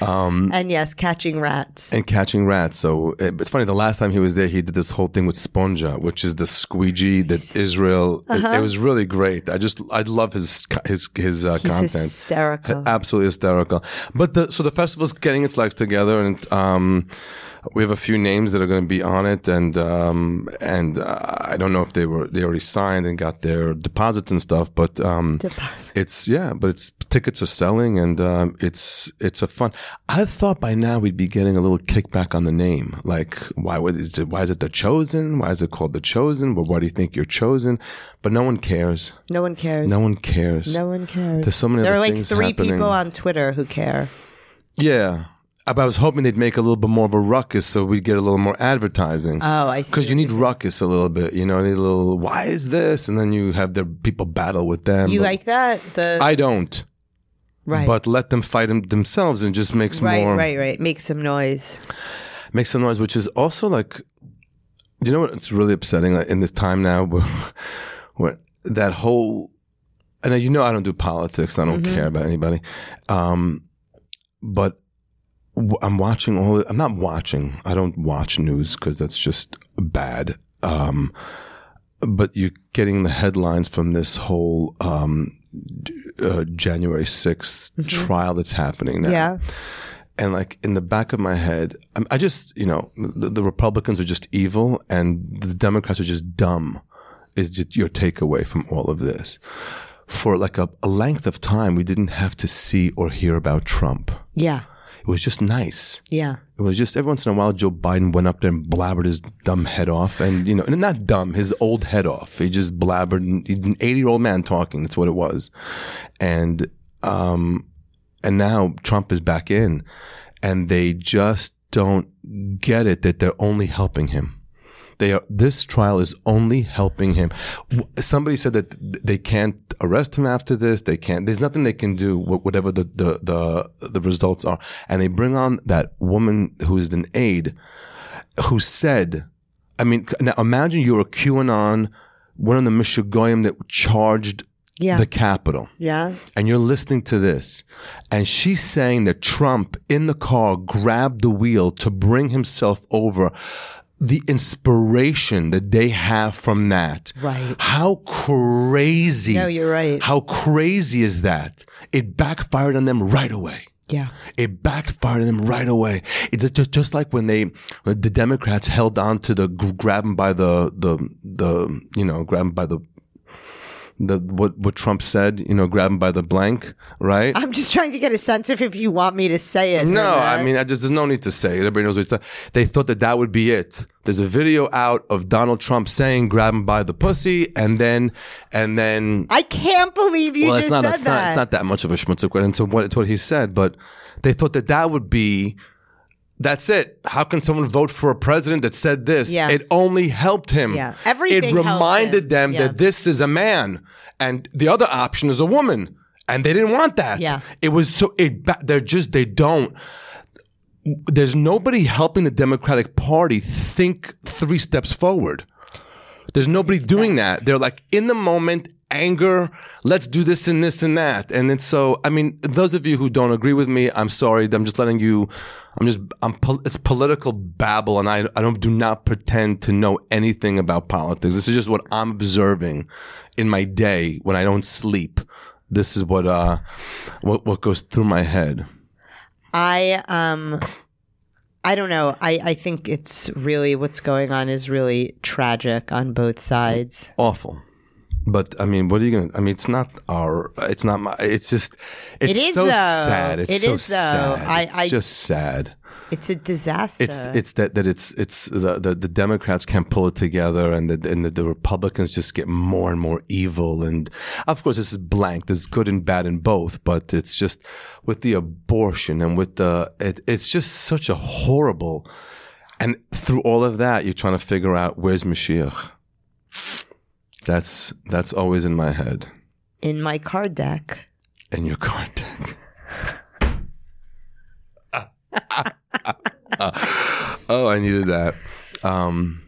S2: And yes, catching rats.
S1: And catching rats. So uh, it's funny. The last time he was there, he did this whole thing with spongia, which is the squeegee that Israel. it-
S2: Uh-huh.
S1: It, was really great. I just I love his co- his his uh,
S2: He's
S1: content.
S2: hysterical.
S1: Uh, Absolutely hysterical. But the so the festival's getting its legs together, and um, we have a few names that are going to be on it, and um, and uh, I don't know if they were they already signed and got their deposits and stuff, but um,
S2: Deposit.
S1: it's yeah, but it's tickets are selling, and um, it's it's a fun. I thought by now we'd be getting a little kickback on the name, like why would is it, why is it the chosen? Why is it called the chosen? Well, why do you think you're chosen? But no one cares.
S2: No one cares.
S1: No one cares.
S2: No one cares.
S1: There's so many
S2: There
S1: other
S2: are like
S1: things
S2: three
S1: happening.
S2: people on Twitter who care.
S1: Yeah. I I was hoping they'd make a little bit more of a ruckus so we'd get a little more advertising.
S2: Oh, I see.
S1: Because you need ruckus a little bit, you know, you need a little, why is this? And then you have the people battle with them.
S2: You
S1: but
S2: like that? The
S1: I don't,
S2: right,
S1: but let them fight them themselves and it just makes
S2: right,
S1: more,
S2: right, right. Make some noise.
S1: makes some noise, which is also like, you know what? It's really upsetting like, in this time now where, where that whole, and you know, I don't do politics. I don't care about anybody. Um, but w- I'm watching all, I'm not watching. I don't watch news because that's just bad. Um, but you're getting the headlines from this whole um, d- uh, January 6th trial that's happening now
S2: Yeah.
S1: and like in the back of my head, I'm- I just you know the, the Republicans are just evil and the Democrats are just dumb. Is just your takeaway from all of this? For like a, a length of time, we didn't have to see or hear about Trump.
S2: Yeah.
S1: It was just nice.
S2: Yeah.
S1: It was just every once in a while, Joe Biden went up there and blabbered his dumb head off, and you know, and not dumb, his old head off. He just blabbered, and he's an eighty-year-old man talking. That's what it was, and um, and now Trump is back in, and they just don't get it that they're only helping him. They are. This trial is only helping him. W- Somebody said that th- they can't arrest him after this. They can't. There's nothing they can do. wh- Whatever the the the, the results are, and they bring on that woman who is an aide, who said, I mean, c- now imagine you're a QAnon, one of the Michigoyim that charged
S2: Yeah.
S1: the Capitol
S2: Yeah.
S1: and you're listening to this, and she's saying that Trump in the car grabbed the wheel to bring himself over. The inspiration that they have from that.
S2: Right.
S1: How crazy.
S2: No, you're right.
S1: How crazy is that? It backfired on them right away.
S2: Yeah.
S1: It backfired on them right away. It's just, just like when they, the Democrats held on to the g- grab him by the the the you know grab him by the the what what Trump said you know grab him by the blank right.
S2: I'm just trying to get a sense of if you want me to say it. or
S1: no,
S2: not.
S1: I mean, I just there's no need to say it. Everybody knows what it's done. They thought that that would be it. There's a video out of Donald Trump saying "grab him by the pussy," and then, and then
S2: I can't believe you
S1: well,
S2: just
S1: it's not,
S2: said
S1: it's
S2: that.
S1: not it's not that much of a schmutzikrit. And so what it's what he said, but they thought that that would be that's it. How can someone vote for a president that said this?
S2: Yeah.
S1: It only helped him.
S2: Yeah. Everything
S1: It
S2: helped
S1: reminded
S2: him.
S1: them
S2: Yeah.
S1: that this is a man, and the other option is a woman, and they didn't want that.
S2: Yeah.
S1: It was so it. ba- They're just they don't. There's nobody helping the Democratic Party think three steps forward. There's nobody doing that. They're like in the moment, anger, let's do this and this and that. And then so, I mean, those of you who don't agree with me, I'm sorry. I'm just letting you, I'm just, I'm, pol- it's political babble and I, I don't, do not pretend to know anything about politics. This is just what I'm observing in my day when I don't sleep. This is what, uh, what, what goes through my head.
S2: I um I don't know. I, I think it's really what's going on is really tragic on both sides.
S1: Awful. But I mean, what are you gonna? I mean, it's not our. It's not my. It's just. It's
S2: It is,
S1: so
S2: though.
S1: sad. It's
S2: It
S1: so
S2: is, though.
S1: sad.
S2: I-
S1: it's
S2: I-
S1: just sad.
S2: It's a disaster.
S1: It's it's that that it's it's the, the the Democrats can't pull it together, and the and the, the Republicans just get more and more evil. And of course, this is blank. There's good and bad in both, but it's just with the abortion and with the it, it's just such a horrible. And through all of that, you're trying to figure out where's Mashiach. That's that's always in my head.
S2: in my card deck.
S1: In your card deck. oh, I needed that. Um,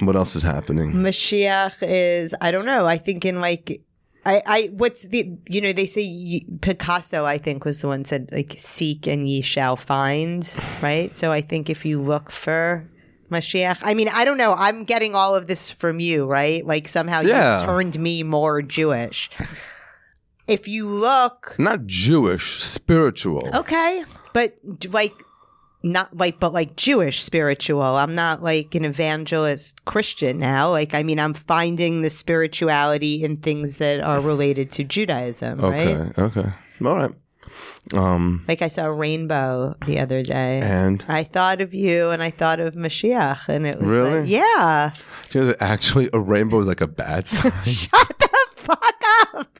S1: what else is happening?
S2: Mashiach is I don't know. I think in like I, I what's the you know they say ye- Picasso I think was the one said like seek and ye shall find right so I think if you look for Mashiach I mean I don't know I'm getting all of this from you right like somehow
S1: Yeah.
S2: you turned me more Jewish if you look
S1: Not Jewish, spiritual.
S2: Oh, okay but d- like not like but like Jewish spiritual I'm not like an evangelist Christian now like I mean I'm finding the spirituality in things that are related to Judaism
S1: okay,
S2: right
S1: okay. All right. Um,
S2: Like I saw a rainbow the other day.
S1: and
S2: I thought of you and I thought of Mashiach and it was
S1: Really?
S2: like, yeah.
S1: do you know that actually a rainbow is like a bad sign?
S2: Shut the fuck up.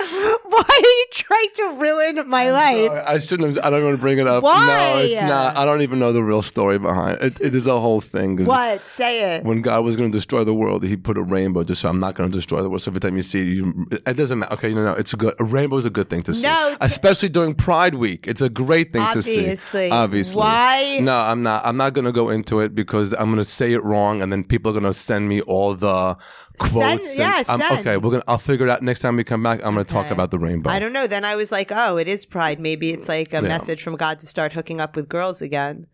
S2: Why are you trying to ruin my life?
S1: I shouldn't have. I don't want to bring it up. No,
S2: Why?
S1: it's not. I don't even know the real story behind it. It, it is a whole thing. 'Cause
S2: What? Say it.
S1: When God was going to destroy the world, He put a rainbow. Just so I'm not going to destroy the world. So every time you see it, you, it doesn't matter. Okay, no, no, it's a good. A rainbow is a good thing to see,
S2: No, t-
S1: especially during Pride Week. It's a great thing to see.
S2: Obviously.
S1: Obviously,
S2: Why-
S1: No, I'm not. I'm not going to go into it because I'm going to say it wrong, and then people are going to send me all the quotes. and-
S2: yeah,
S1: I'm-
S2: send.
S1: Okay, we're gonna. I'll figure it out next time we come back. I'm going to talk about the rainbow.
S2: I don't know. Then I was like, oh, it is pride. Maybe it's like a message from God to start hooking up with girls again.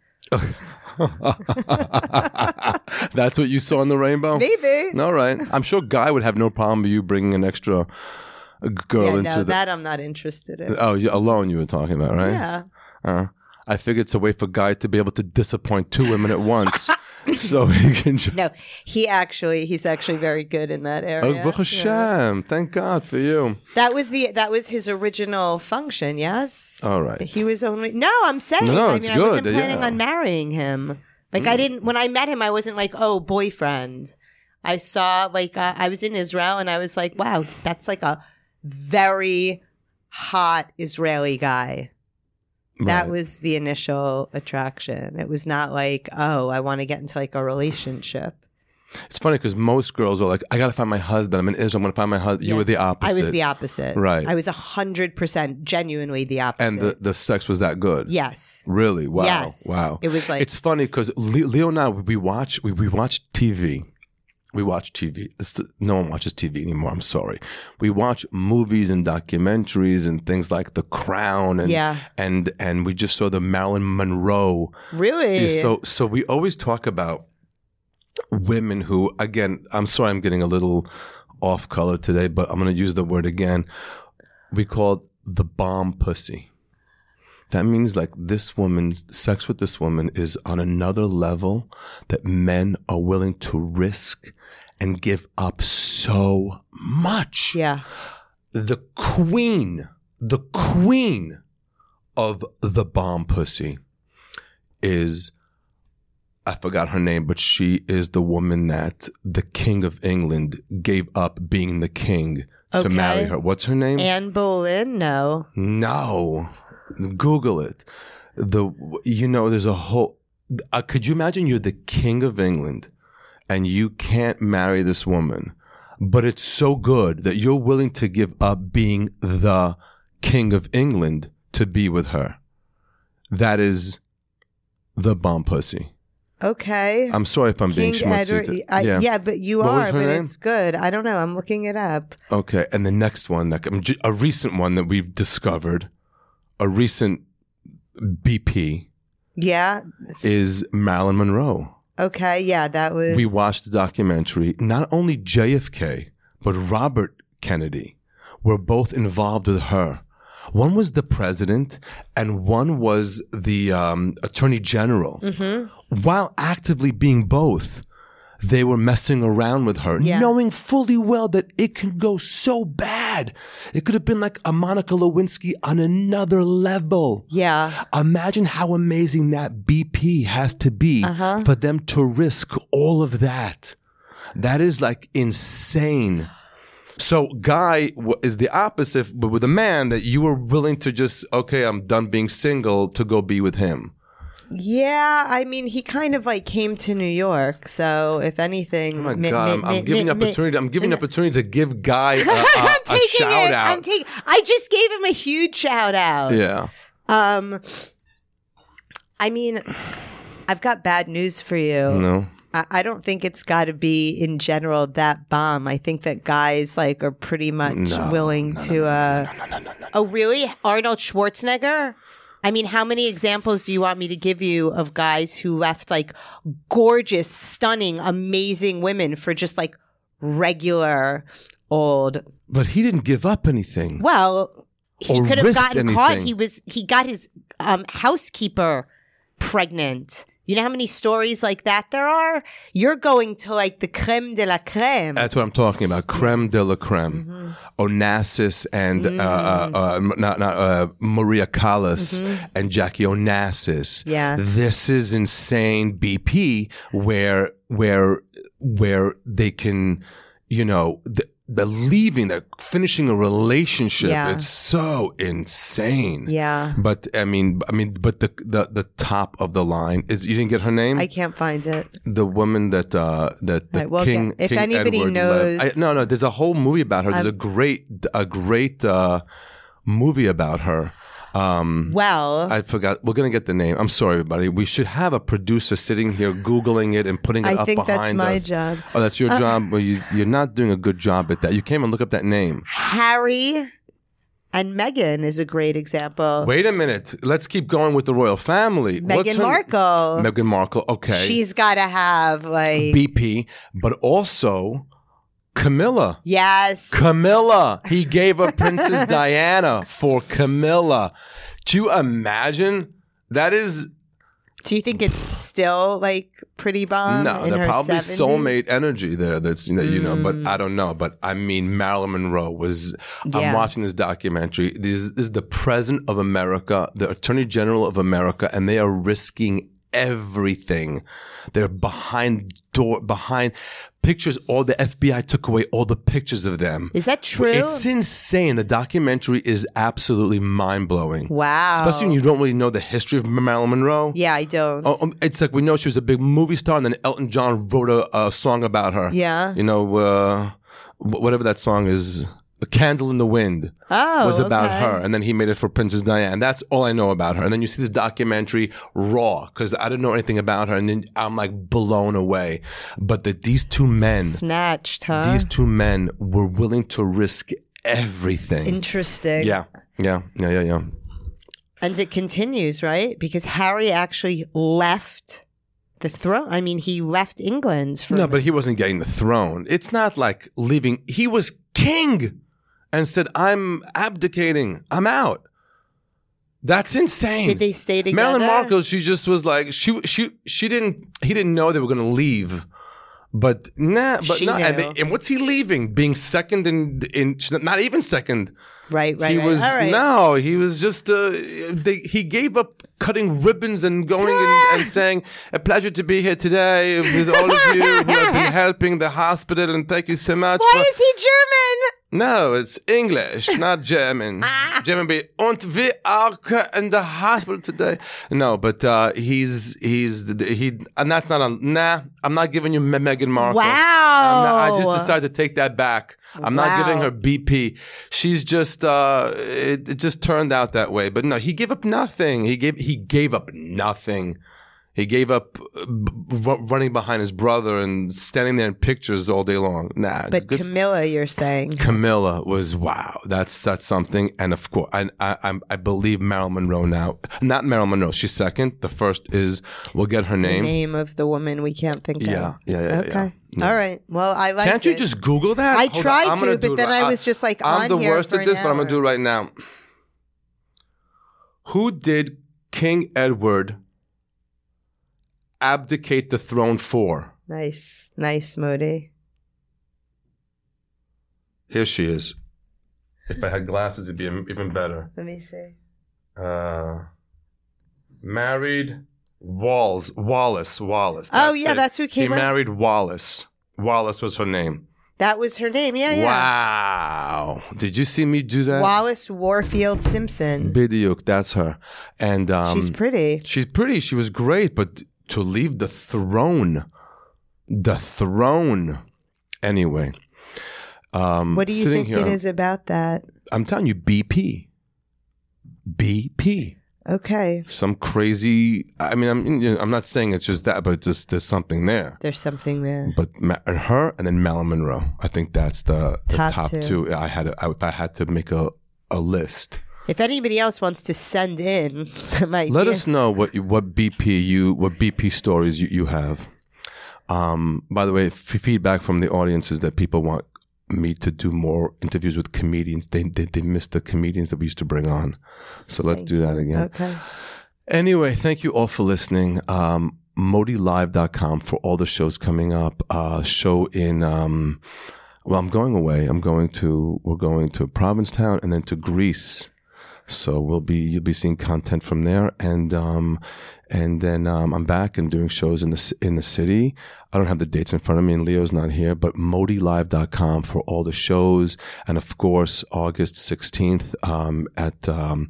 S1: That's what you saw in the rainbow.
S2: Maybe.
S1: All right. I'm sure Guy would have no problem with you bringing an extra uh, girl
S2: yeah,
S1: into
S2: no,
S1: the.
S2: that I'm not interested in.
S1: oh, you, alone you were talking about, right?
S2: yeah.
S1: Uh, I figured it's a way for Guy to be able to disappoint two women at once, so he can just.
S2: No, he actually, he's actually very good in that
S1: Oh,
S2: area.
S1: Baruch Hashem. Thank God for you.
S2: That was the, that was his original function. Yes.
S1: All right.
S2: He was only no. I'm saying.
S1: Oh. No,
S2: I mean,
S1: it's
S2: I wasn't
S1: good,
S2: planning
S1: yeah. Mm.
S2: on marrying him. Like I didn't when I met him. I wasn't like oh boyfriend. I saw like uh, I was in Israel and I was like wow that's like a very hot Israeli guy. That
S1: Right.
S2: was the initial attraction. It was not like oh I want to get into like a relationship.
S1: It's funny because most girls are like, I got to find my husband. I'm in Israel. I'm going to find my husband. You
S2: Yeah.
S1: were the opposite.
S2: I was the opposite.
S1: Right.
S2: I was a hundred percent genuinely the opposite.
S1: And the, the sex was that good.
S2: yes.
S1: Really? Wow.
S2: Yes.
S1: Wow.
S2: It was like
S1: it's funny because Le- Leo and I we watch we, we watch TV. We watch TV. It's- no one watches TV anymore. I'm sorry. We watch movies and documentaries and things like The Crown and
S2: Yeah.
S1: and and we just saw the Marilyn Monroe.
S2: really
S1: Yeah, So so we always talk about women who again, I'm sorry I'm getting a little off color today, but I'm gonna use the word again. We call it the bomb pussy. That means like this woman's sex with this woman is on another level that men are willing to risk and give up so much
S2: yeah.
S1: the queen, the queen of the bomb pussy is I forgot her name, but she is the woman that the king of England gave up being the king to
S2: Okay.
S1: marry her. What's her name?
S2: Anne Boleyn, no.
S1: no. Google it. The you know there's a whole uh, could you imagine you're the king of England and you can't marry this woman, but it's so good that you're willing to give up being the king of England to be with her. That is the bomb pussy.
S2: Okay.
S1: I'm sorry if I'm being
S2: King
S1: schmutzy.
S2: Edward.
S1: to-
S2: I, yeah. but you
S1: What was
S2: are,
S1: her
S2: but
S1: name?
S2: it's good. I don't know. I'm looking it up.
S1: Okay, and the next one that um, ju- a recent one that we've discovered, a recent BP
S2: Yeah.
S1: is Marilyn Monroe.
S2: Okay. Yeah, that was.
S1: We watched the documentary. Not only JFK but Robert Kennedy were both involved with her. One was the president, and one was the um, attorney general. While actively being both, they were messing around with her,
S2: Yeah.
S1: knowing fully well that it can go so bad. It could have been like a Monica Lewinsky on another level.
S2: yeah.
S1: Imagine how amazing that BP has to be
S2: Uh-huh.
S1: for them to risk all of that. That is like insane. So, guy w- is the opposite, but with a man that you were willing to just, okay, I'm done being single to go be with him.
S2: Yeah. I mean, he kind of like came to New York. So if anything.
S1: Oh my God, I'm, I'm giving opportunity. I'm giving opportunity to give guy a,
S2: I'm
S1: a, a
S2: taking
S1: shout
S2: it. I'm
S1: out.
S2: taking. I just gave him a huge shout out.
S1: yeah.
S2: Um, I mean, I've got bad news for you.
S1: No.
S2: I, I don't think it's got to be in general that bomb. I think that guys like are pretty much willing to. uh, Oh, really? Arnold Schwarzenegger? I mean, how many examples do you want me to give you of guys who left like gorgeous, stunning, amazing women for just like regular old?
S1: But he didn't give up anything.
S2: Well, he
S1: Or
S2: could have
S1: risked
S2: gotten caught.
S1: anything.
S2: He was he got his um, housekeeper pregnant. You know how many stories like that there are? You're going to like the creme de la creme.
S1: That's what I'm talking about. Creme de la creme.
S2: Mm-hmm.
S1: Onassis and uh, uh, uh, m- not, not, uh, Maria Callas
S2: Mm-hmm.
S1: and Jackie Onassis.
S2: Yeah.
S1: This is insane BP where, where, where they can, you know, th- they're leaving, they're finishing a relationship.
S2: Yeah.
S1: It's so insane.
S2: Yeah.
S1: But I mean, I mean, but the, the the top of the line is you didn't get her name.
S2: I can't find it.
S1: the woman that uh that the
S2: Right, well,
S1: king
S2: yeah, if
S1: King
S2: anybody
S1: Edward
S2: knows- Um,
S1: left- I- no no there's a whole movie about her there's a great a great uh movie about her um
S2: Well,
S1: I forgot. We're gonna get the name. I'm sorry, everybody. We should have a producer sitting here googling it and putting it
S2: I
S1: up
S2: think that's
S1: behind
S2: my Uh,
S1: us.
S2: job.
S1: Oh, that's your job. Well, you, you're not doing a good job at that. You came and look up that name.
S2: Harry and Meghan is a great example.
S1: Wait a minute. Let's keep going with the royal family.
S2: Oh. Meghan Markle.
S1: Meghan Markle. Okay.
S2: She's got to have like
S1: BP, but also Camilla.
S2: yes.
S1: Camilla. He gave up Princess Diana for Camilla. Do you imagine? That is
S2: Do you think it's still like pretty bomb?
S1: no,
S2: Um, in
S1: they're
S2: her
S1: probably
S2: 70s?
S1: soulmate energy there. That's that you know, but I don't know. But I mean, Marilyn Monroe was.
S2: Yeah.
S1: I'm watching this documentary. This, this is the president of America, the Attorney General of America, and they are risking everything. They're behind door, behind pictures. All the FBI took away all the pictures of them.
S2: Is that true?
S1: It's insane. The documentary is absolutely mind blowing.
S2: wow.
S1: Especially when you don't really know the history of Marilyn Monroe.
S2: yeah, I don't.
S1: Oh, um, it's like we know she was a big movie star, and then Elton John wrote a, a song about her.
S2: Yeah.
S1: you know, uh, wh- whatever that song is, "A Candle in the Wind"
S2: Oh,
S1: was about
S2: okay.
S1: her, and then he made it for Princess Diana. That's all I know about her. And then you see this documentary, Raw, because I didn't know anything about her, and then I'm like blown away. But that these two men,
S2: Snatched, huh?
S1: these two men, were willing to risk everything.
S2: Interesting.
S1: yeah, yeah, yeah, yeah, yeah.
S2: And it continues, right? Because Harry actually left the throne. I mean, he left England for
S1: No, but he wasn't getting the throne. It's not like leaving. He was king and said, I'm abdicating. I'm out. That's insane.
S2: Did they stay together?
S1: Marilyn Markle, she just was like, she, she, she didn't, he didn't know they were going to leave. But nah, but
S2: She
S1: no. And,
S2: knew.
S1: they- and what's he leaving? Being second in, in not even second.
S2: Right, right.
S1: he
S2: right.
S1: was
S2: All right.
S1: no, he was just uh, they, he gave up cutting ribbons and going and, and saying a pleasure to be here today with all of you who have been helping the hospital and thank you so much.
S2: Why
S1: for-"
S2: is he German?
S1: no, it's English, not German. German be und wir are cu- in the hospital today. No, but uh, he's he's he and that's not on. Nah, I'm not giving you Me- Meghan Markle. I'm not- I just
S2: Wow.
S1: decided to take that back. I'm not
S2: Wow.
S1: giving her BP. She's just uh it, it just turned out that way. But no, he gave up nothing. He gave he gave up nothing. He gave up uh, b- r- running behind his brother and standing there in pictures all day long. Nah,
S2: But
S1: good-
S2: Camilla, you're saying.
S1: Camilla was wow. That's that's something. And of course, I I, I'm- I believe Marilyn Monroe now. Not Marilyn Monroe. She's second. The first is we'll get her
S2: The
S1: name.
S2: name of the woman we can't think
S1: Yeah,
S2: of.
S1: yeah, yeah, yeah,
S2: Okay.
S1: yeah.
S2: All right. Well, I like.
S1: Can't you
S2: it.
S1: just Google that?
S2: I
S1: Hold on,
S2: tried
S1: I'm gonna
S2: to, but
S1: do it
S2: then
S1: right-
S2: I was just like,
S1: I'm
S2: on
S1: the
S2: here
S1: worst
S2: for
S1: at this,
S2: an
S1: but I'm gonna do
S2: hour.
S1: it right now. Who did King Edward abdicate the throne for?
S2: Nice, nice, Modi.
S1: Here she is. If I had glasses, it'd be even better.
S2: Let me see.
S1: Uh, married Walls Wallace Wallace.
S2: Oh, yeah, that's who
S1: He
S2: came up-
S1: married Wallace. Wallace was her name.
S2: That was her name. Oh, Yeah, yeah.
S1: Wow! Did you see me do that?
S2: Wallace Warfield Simpson.
S1: Bidyuk, that's her. And um,
S2: She's pretty.
S1: she's pretty. She was great, but to leave the throne, the throne. Anyway, um,
S2: What do you
S1: sitting
S2: think
S1: here,
S2: it is about that?
S1: I'm telling you, BP, BP,
S2: Okay,
S1: some crazy. I mean, I'm you know, I'm not saying it's just that, but it's just there's something there.
S2: there's something there.
S1: But Ma- and her and then Marilyn Monroe. I think that's the, the
S2: Top
S1: top,
S2: two.
S1: two. I had a, I, if I had to make a a list.
S2: If anybody else wants to send in some ideas,
S1: Let us know what you- what BP you what BP stories you, you have. Um, by the way, f- feedback from the audience is that people want me to do more interviews with comedians. They they, they miss the comedians that we used to bring on, so let's do that again.
S2: Okay.
S1: Anyway, thank you all for listening. Um, ModiLive.com for all the shows coming up. Uh, show in, um, well, I'm going away. I'm going to, we're going to Provincetown and then to Greece. So we'll be you'll be seeing content from there, and um, and then um, I'm back and doing shows in the ci- in the city. I don't have the dates in front of me, and Leo's not here, but modilive.com for all the shows, and of course August 16th um, at. Um,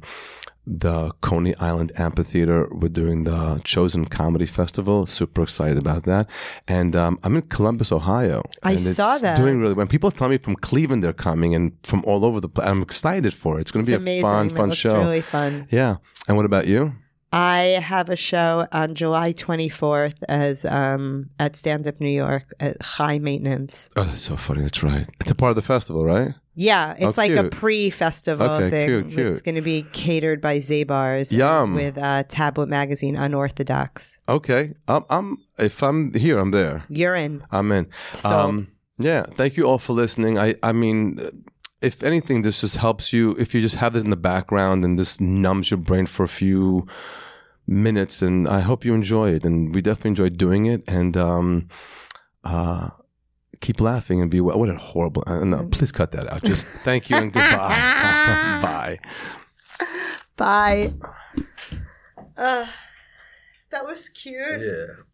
S1: the Coney Island Amphitheater. We're doing the Chosen Comedy Festival. Super excited about that. And um, I'm in Columbus, Ohio.
S2: I
S1: and
S2: saw
S1: it's
S2: that.
S1: Doing really when people tell me from Cleveland they're coming and from all over the. pla- I'm excited for it. It's going to
S2: It's
S1: be
S2: amazing.
S1: a fun,
S2: That
S1: fun
S2: looks
S1: show.
S2: really fun.
S1: yeah. And what about you?
S2: I have a show on July 24th as um, at Stand Up New York at High Maintenance.
S1: Oh, that's so funny. That's right. It's a part of the festival, right?
S2: Yeah, it's like a
S1: cute.
S2: pre-festival
S1: Okay,
S2: thing.
S1: cute, cute.
S2: It's going to be catered by Zabars
S1: Yum.
S2: with uh, Tablet Magazine Unorthodox.
S1: Okay. I'm, I'm. If I'm here, I'm there.
S2: You're in.
S1: I'm in.
S2: Sold.
S1: Um, yeah. Thank you all for listening. I, I mean, if anything, this just helps you. If you just have this in the background and this numbs your brain for a few minutes, and I hope you enjoy it. And we definitely enjoy doing it. And um, uh, keep laughing and be well. What a horrible. Uh, no, please cut that out. Just thank you and goodbye. Bye.
S2: Bye. Uh, that was cute.
S1: Yeah.